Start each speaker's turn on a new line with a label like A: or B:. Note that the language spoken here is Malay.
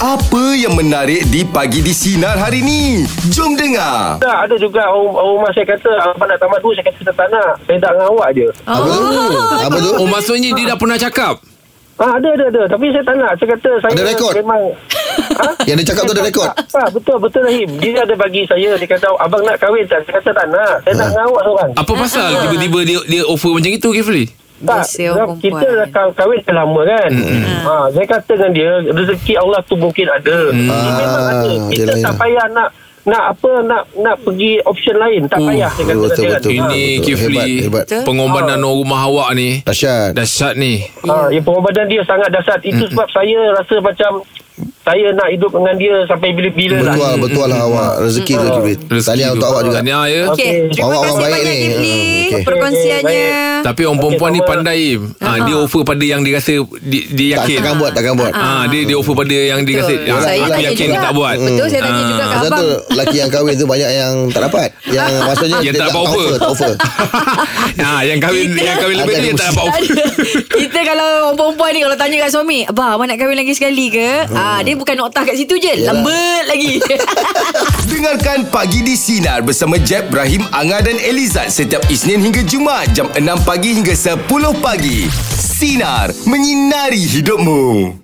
A: Apa yang menarik di pagi di sinar hari ni? Jom dengar.
B: Tak, ada juga orang, orang rumah saya kata, "Ah, abang nak tamat dulu, saya kata saya tak nak. Saya tak dengan awak je.
C: Oh,
D: Apa tu? Apa tu?
E: Oh maksudnya dia dah pernah cakap
B: Ah, ada, ada, ada. Tapi saya tak nak. Saya kata saya
D: Ada rekod?
B: memang... ha?
D: Yang dia cakap tu ada rekod?
B: Ah, betul, betul Rahim. Dia ada bagi saya. Dia kata, abang nak kahwin tak? Saya kata tak nak. Saya
D: Ha.
B: nak dengan awak seorang.
C: Ah,
E: Apa pasal tiba-tiba dia dia offer macam itu Kifli
B: Tak,
C: Biasa orang
B: sebab kita
C: perempuan.
B: dah kaw- kahwin dah lama kan. Ha, saya kata dengan dia, rezeki Allah tu mungkin ada. Dia memang ada.
D: Mm. Ah,
B: Kita
D: yelah,
B: tak
D: yelah.
B: payah nak nak apa nak nak pergi option lain tak
E: Uh,
B: payah saya kata
D: Mm. betul,
B: dengan
D: betul.
B: dia kan.
E: Ini
D: betul.
E: Kifli
D: Hebat, hebat.
C: Betul. Oh.
E: Pengorbanan orang rumah awak ni
D: Dahsyat.
E: Dahsyat ni
B: Ha, ya pengorbanan dia sangat dahsyat. Itu sebab saya rasa macam saya nak hidup dengan dia sampai bila-bila lah.
D: Betul, betul lah awak. Rezeki
E: Oh.
D: tu Kifli. Tahniah untuk awak juga.
E: Tahniah ya
B: Okey.
C: Okey, terima
D: Awak orang
C: kasih
D: baik
C: banyak
D: ni.
C: Kifli
D: Ah, okey.
C: perkongsiannya.
E: Tapi orang perempuan ni
B: sama.
E: pandai Im. ha, Dia
C: Ha.
E: offer pada yang dia rasa Dia, dia
D: Tak,
E: yakin
D: takkan buat, takkan buat.
E: ha, dia, dia offer pada yang dia rasa
C: Betul.
E: ha,
C: Saya
E: Aku
C: tanya
E: yakin
C: juga.
E: tak
D: Hmm.
E: buat
C: Betul, saya tanya
E: Ah.
C: juga kat
D: Pasal tu
C: abang.
D: lelaki yang kahwin tu banyak yang tak dapat. Yang maksudnya
E: Yang
D: dia
E: tak dapat offer.
D: Tak offer.
E: ha, Yang kahwin
C: Kita-
E: Yang kahwin lebih tu
D: Ada
E: Yang tak dapat offer
C: Kita kalau orang perempuan ni Kalau tanya kat suami Abang abang nak kahwin lagi sekali ke hmm. ah, Dia bukan noktah kat situ je
D: Yalah.
C: Lambat lagi
A: Dengarkan Pagi di Sinar bersama Jeb, Ibrahim, Anga dan Elizad setiap Isnin hingga Jumaat jam 6 pagi hingga 10 pagi. Sinar, menyinari hidupmu.